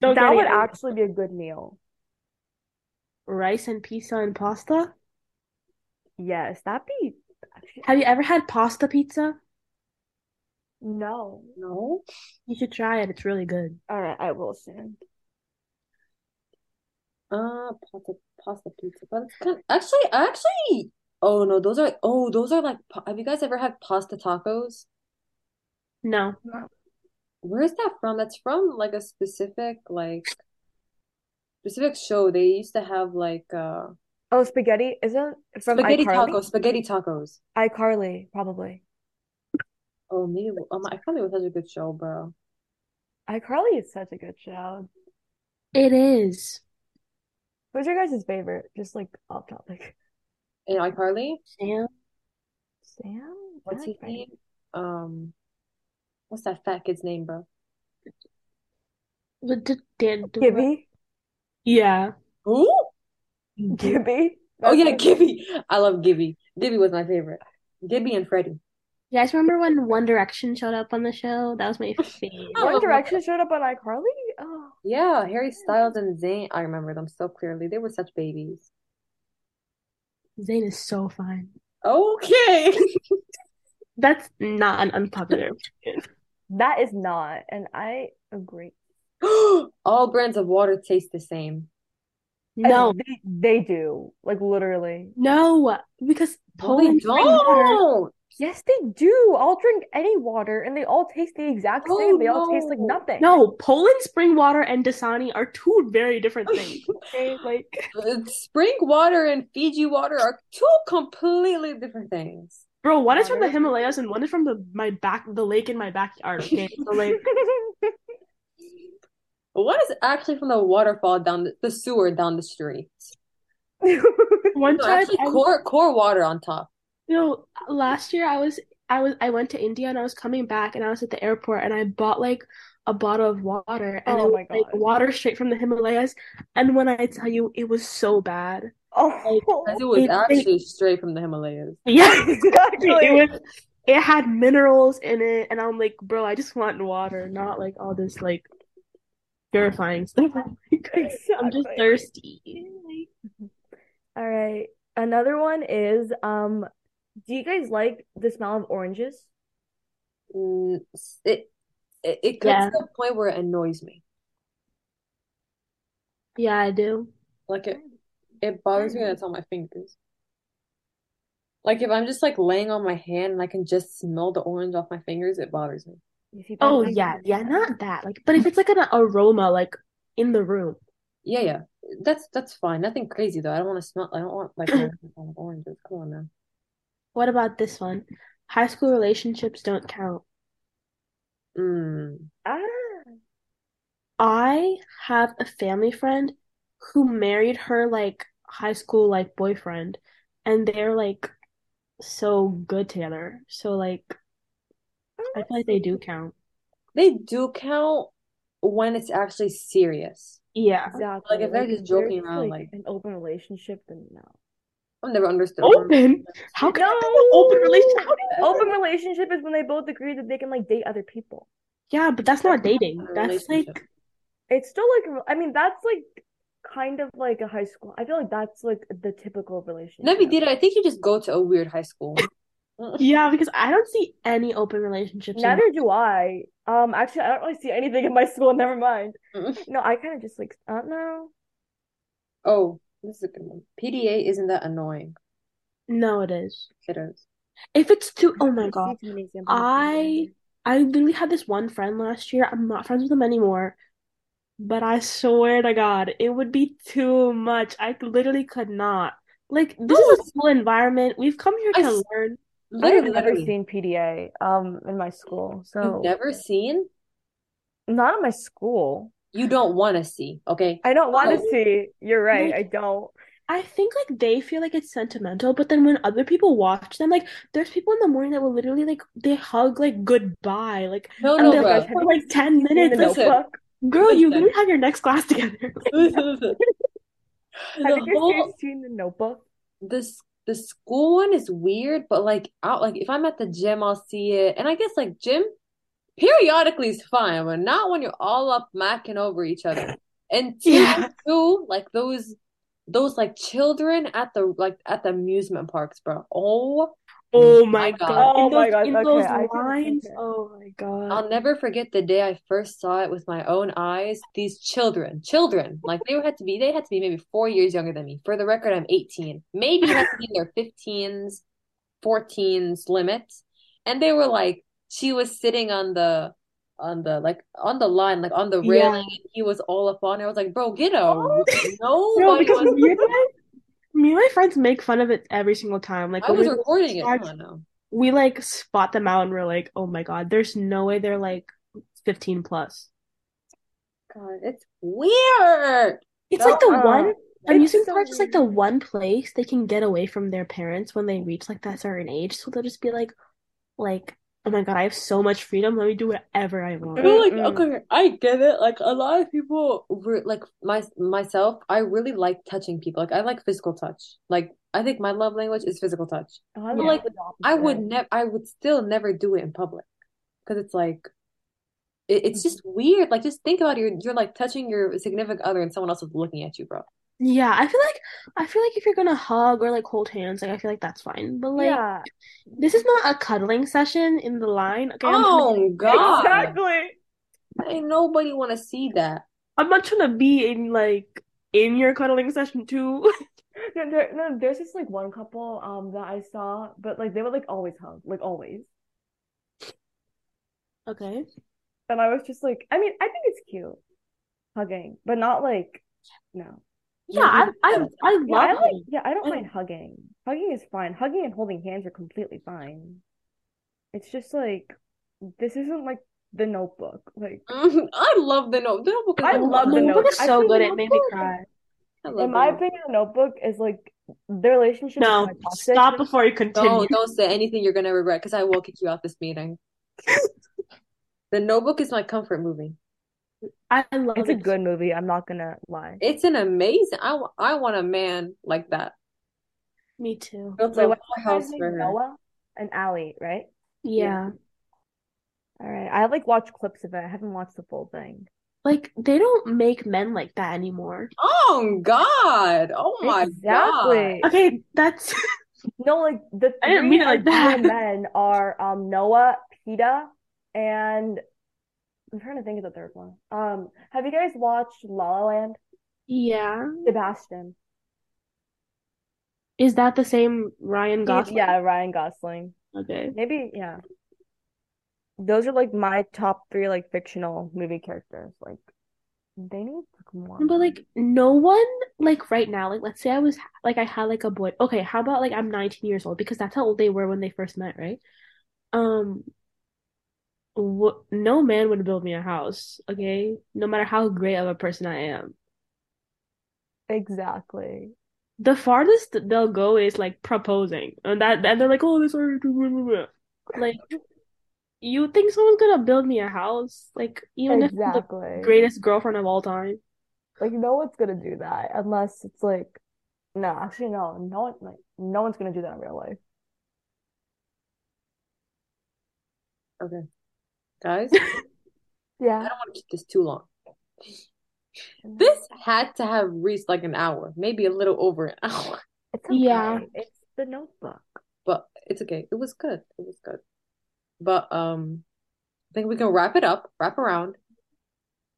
Don't that get would it. actually be a good meal. Rice and pizza and pasta. Yes, that'd be actually Have you ever had pasta pizza? no. No. You should try it. It's really good. All right, I will soon. Uh, pasta, pasta pizza, but it's kind actually, actually. Oh no, those are. Oh, those are like. pa- Have you guys ever had pasta tacos? No. No. Where is that from? That's from like a specific like specific show. They used to have like uh Oh, spaghetti isn't it from spaghetti iCarly? tacos, spaghetti tacos. iCarly, probably. Oh, maybe um, I probably was such a good show, bro. iCarly is such a good show. It is. What's your guys' favorite? Just like off topic. In iCarly, Sam? Sam? what's I his like Frank. name? Um, what's that fat kid's name, bro? What did Dan do? Gibby? Yeah. Who? Gibby? Oh That's yeah, my- Gibby. I love Gibby. Gibby was my favorite. Gibby and Freddie. You guys remember when One Direction showed up on the show? That was my Oh. favorite. One Direction showed up on iCarly? Oh. Yeah, Harry Styles and Zayn. I remember them so clearly. They were such babies. Zayn is so fine. Okay. That's not an unpopular opinion. That is not, and I agree. All brands of water taste the same. No, They, they do. Like literally. no, because No, they Poland spring water. don't. Yes, they do. I'll drink any water and they all taste the exact Oh, same. They all taste like no. nothing. No, Poland spring water and Dasani are two very different things. Okay, like, Spring water and Fiji water are two completely different things. bro, one is from the Water. Himalayas and one is from the my back the lake in my backyard. Okay, so like, One is actually from the waterfall down the, the sewer down the street. Oh. one No, time actually, I was- core core water on top. You know, last year I was I was I went to India and I was coming back and I was at the airport and I bought like a bottle of water and it Oh was my like God. water straight from the Himalayas and when I tell you it was so bad. Because it Oh, was It- it- actually straight from the Himalayas. Yeah, exactly. it was it had minerals in it and I'm like, bro, I just want water, not like all this like purifying stuff. I'm just Exactly. thirsty. All right. Another one is um, do you guys like the smell of oranges? Mm, It it, it gets Yeah. to the point where it annoys me. Yeah, I do. Like it it bothers me when it's on my fingers. Like if I'm just like laying on my hand and I can just smell the orange off my fingers, it bothers me. If you guys Oh like yeah, oranges, yeah, not that. Like, but if it's like an aroma like in the room. Yeah, yeah. That's that's fine. Nothing crazy though. I don't want to smell I don't want like my smell of oranges. Come on now. What about this one? High school relationships don't count. Mm. Ah, I have a family friend who married her like high school like boyfriend and they're like so good together. So like I feel like they do count. They do count when it's actually serious. Yeah. exactly. Like, if they're just there's, joking around, like, like- an open relationship, then no. I've never understood orange. Open? How can you have an open relationship? How do you- Open relationship is when they both agree that they can like date other people. Yeah, but that's not dating. A That's relationship. like It's still like I mean that's like kind of like a high school. I feel like that's like the typical relationship. Never did it. I think you just go to a weird high school. yeah, because I don't see any open relationships in Neither do I. Um, actually, I don't really see anything in my school. Never mind. No, I kind of just like I don't know. Oh, this is a good one. PDA isn't that annoying. No, it is. It is. If it's too, oh my I see God. too many examples of I things. I literally had this one friend last year. I'm not friends with him anymore, but I swear to God, it would be too much. I literally could not. Like, this is a school environment. We've come here Oh. I to s- learn. I have Literally, never literally. seen PDA um in my school, so Mm, You've never seen? not in my school. You don't want to see, okay? I don't want Oh. to see. You're right. Like- I don't. I think like they feel like it's sentimental, but then when other people watch them, like there's people in the morning that will literally like they hug like goodbye, like No, and no, they're bro. like for like 10 minutes. In the Like, Listen. notebook. girl, you Listen. literally have your next class together. The Have you guys whole seen the notebook? this the school one is weird, but like out like if I'm at the gym, I'll see it, and I guess like gym periodically is fine, but not when you're all up macking over each other. And two, Yeah. two like those those like children at the like at the amusement parks, bro. Oh, Oh my God. God. In Oh my those God. in Okay, those I get it. lines. Okay. Oh my God. I'll never forget the day I first saw it with my own eyes. These children, children, like they had to be, they had to be maybe four years younger than me. For the record, I'm 18. Maybe had to be in their 15s, 14s limit. And they were like, she was sitting on the, on the like on the line, like on the Yeah. railing, and he was all up on it. I was like, bro, get out. Oh. No, Nobody because was. me and my, me and my friends make fun of it every single time. Like I when was we recording it. watch- Come on now. we like spot them out and we're like, oh my God, there's no way they're like 15 plus. God, it's weird. It's like the Uh-uh. one It's amusement so park is like the weird. one place they can get away from their parents when they reach like that certain age. So they'll just be like, like, oh my God, I have so much freedom. Let me do whatever I I want. know, like, Mm-mm. okay, I get it. Like, a lot of people were like my myself. I really like touching people. Like, I like physical touch. Like, I think my love language is physical touch. Oh, I But love like, the I would opposite. never. I would still never do it in public because it's like it, it's just Mm-hmm. weird. Like, just think about it. You're you're like touching your significant other and someone else is looking at you, bro. Yeah, I feel like I feel like if you're gonna hug or like hold hands, like I feel like that's fine. But like Yeah, this is not a cuddling session in the line. Okay, I'm trying to, Oh God, exactly. ain't nobody want to see that. I'm not trying to be in like in your cuddling session too. No, there, no, there's this like one couple um that I saw, but like they would like always hug, like always. Okay. And I was just like, I mean, I think it's cute hugging, but not like no. Yeah, I I I Yeah, I love like hugging. yeah, I don't I mind hugging. Hugging is fine. Hugging and holding hands are completely fine. It's just like this isn't like the notebook. Like Mhm. I love the note. The notebook is I like love The the notebook notebook. is I so think good, the it made me notebook cry. I love in the my notebook. opinion, the notebook is like the relationship is No, kind of toxic. stop before you continue. Don't don't say anything you're gonna regret because I will kick you out this meeting. The Notebook is my comfort movie. I love It's a it. good movie, I'm not gonna lie. It's an amazing. I wa- I want a man like that. Me too. Built Wait, a what's whole the guy's house for her. name? Noah and Allie, right? Yeah. Yeah. All right. I like watched clips of it. I haven't watched the full thing. Like they don't make men like that anymore. Oh God! Oh my God! Exactly. Okay, that's No, like the I didn't three mean it like ideal that. men are um Noah, PETA, and I'm trying to think of the third one. Um, have you guys watched La La Land? Yeah. Sebastian. Is that the same Ryan He- Gosling? yeah, Ryan Gosling. Okay. Maybe, yeah. Those are like my top three like fictional movie characters. Like they need like more. But like no one like right now, like let's say I was like I had like a boy. Okay, how about like I'm 19 years old because that's how old they were when they first met, right? Um, wh no man would build me a house, okay? No matter how great of a person I am. Exactly. The farthest that they'll go is like proposing, and that and they're like, oh, this already like you think someone's gonna build me a house, like even if I'm the Exactly. greatest girlfriend of all time. Like no one's gonna do that unless it's like no, actually no, no one like no one's gonna do that in real life. Okay, guys, I Yeah. don't want to keep this too long. This had to have reached like an hour, maybe a little over an hour, It's Yeah. okay. It's the notebook. but it's okay. It was good. It was good. But um, I think we can wrap it up, wrap around,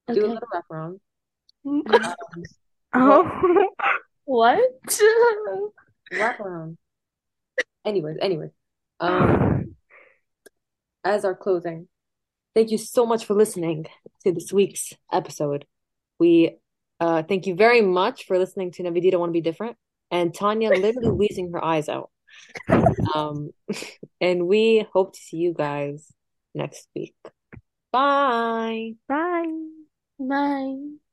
do a Okay. little wrap around. Um, Oh. What? wrap around. Anyways, anyways. Um, as our closing, thank you so much for listening to this week's episode. We uh, thank you very much for listening to Navidita Don't Want to Be Different and Tanya literally wheezing her eyes out. Um, and we hope to see you guys next week. Bye. Bye. Bye.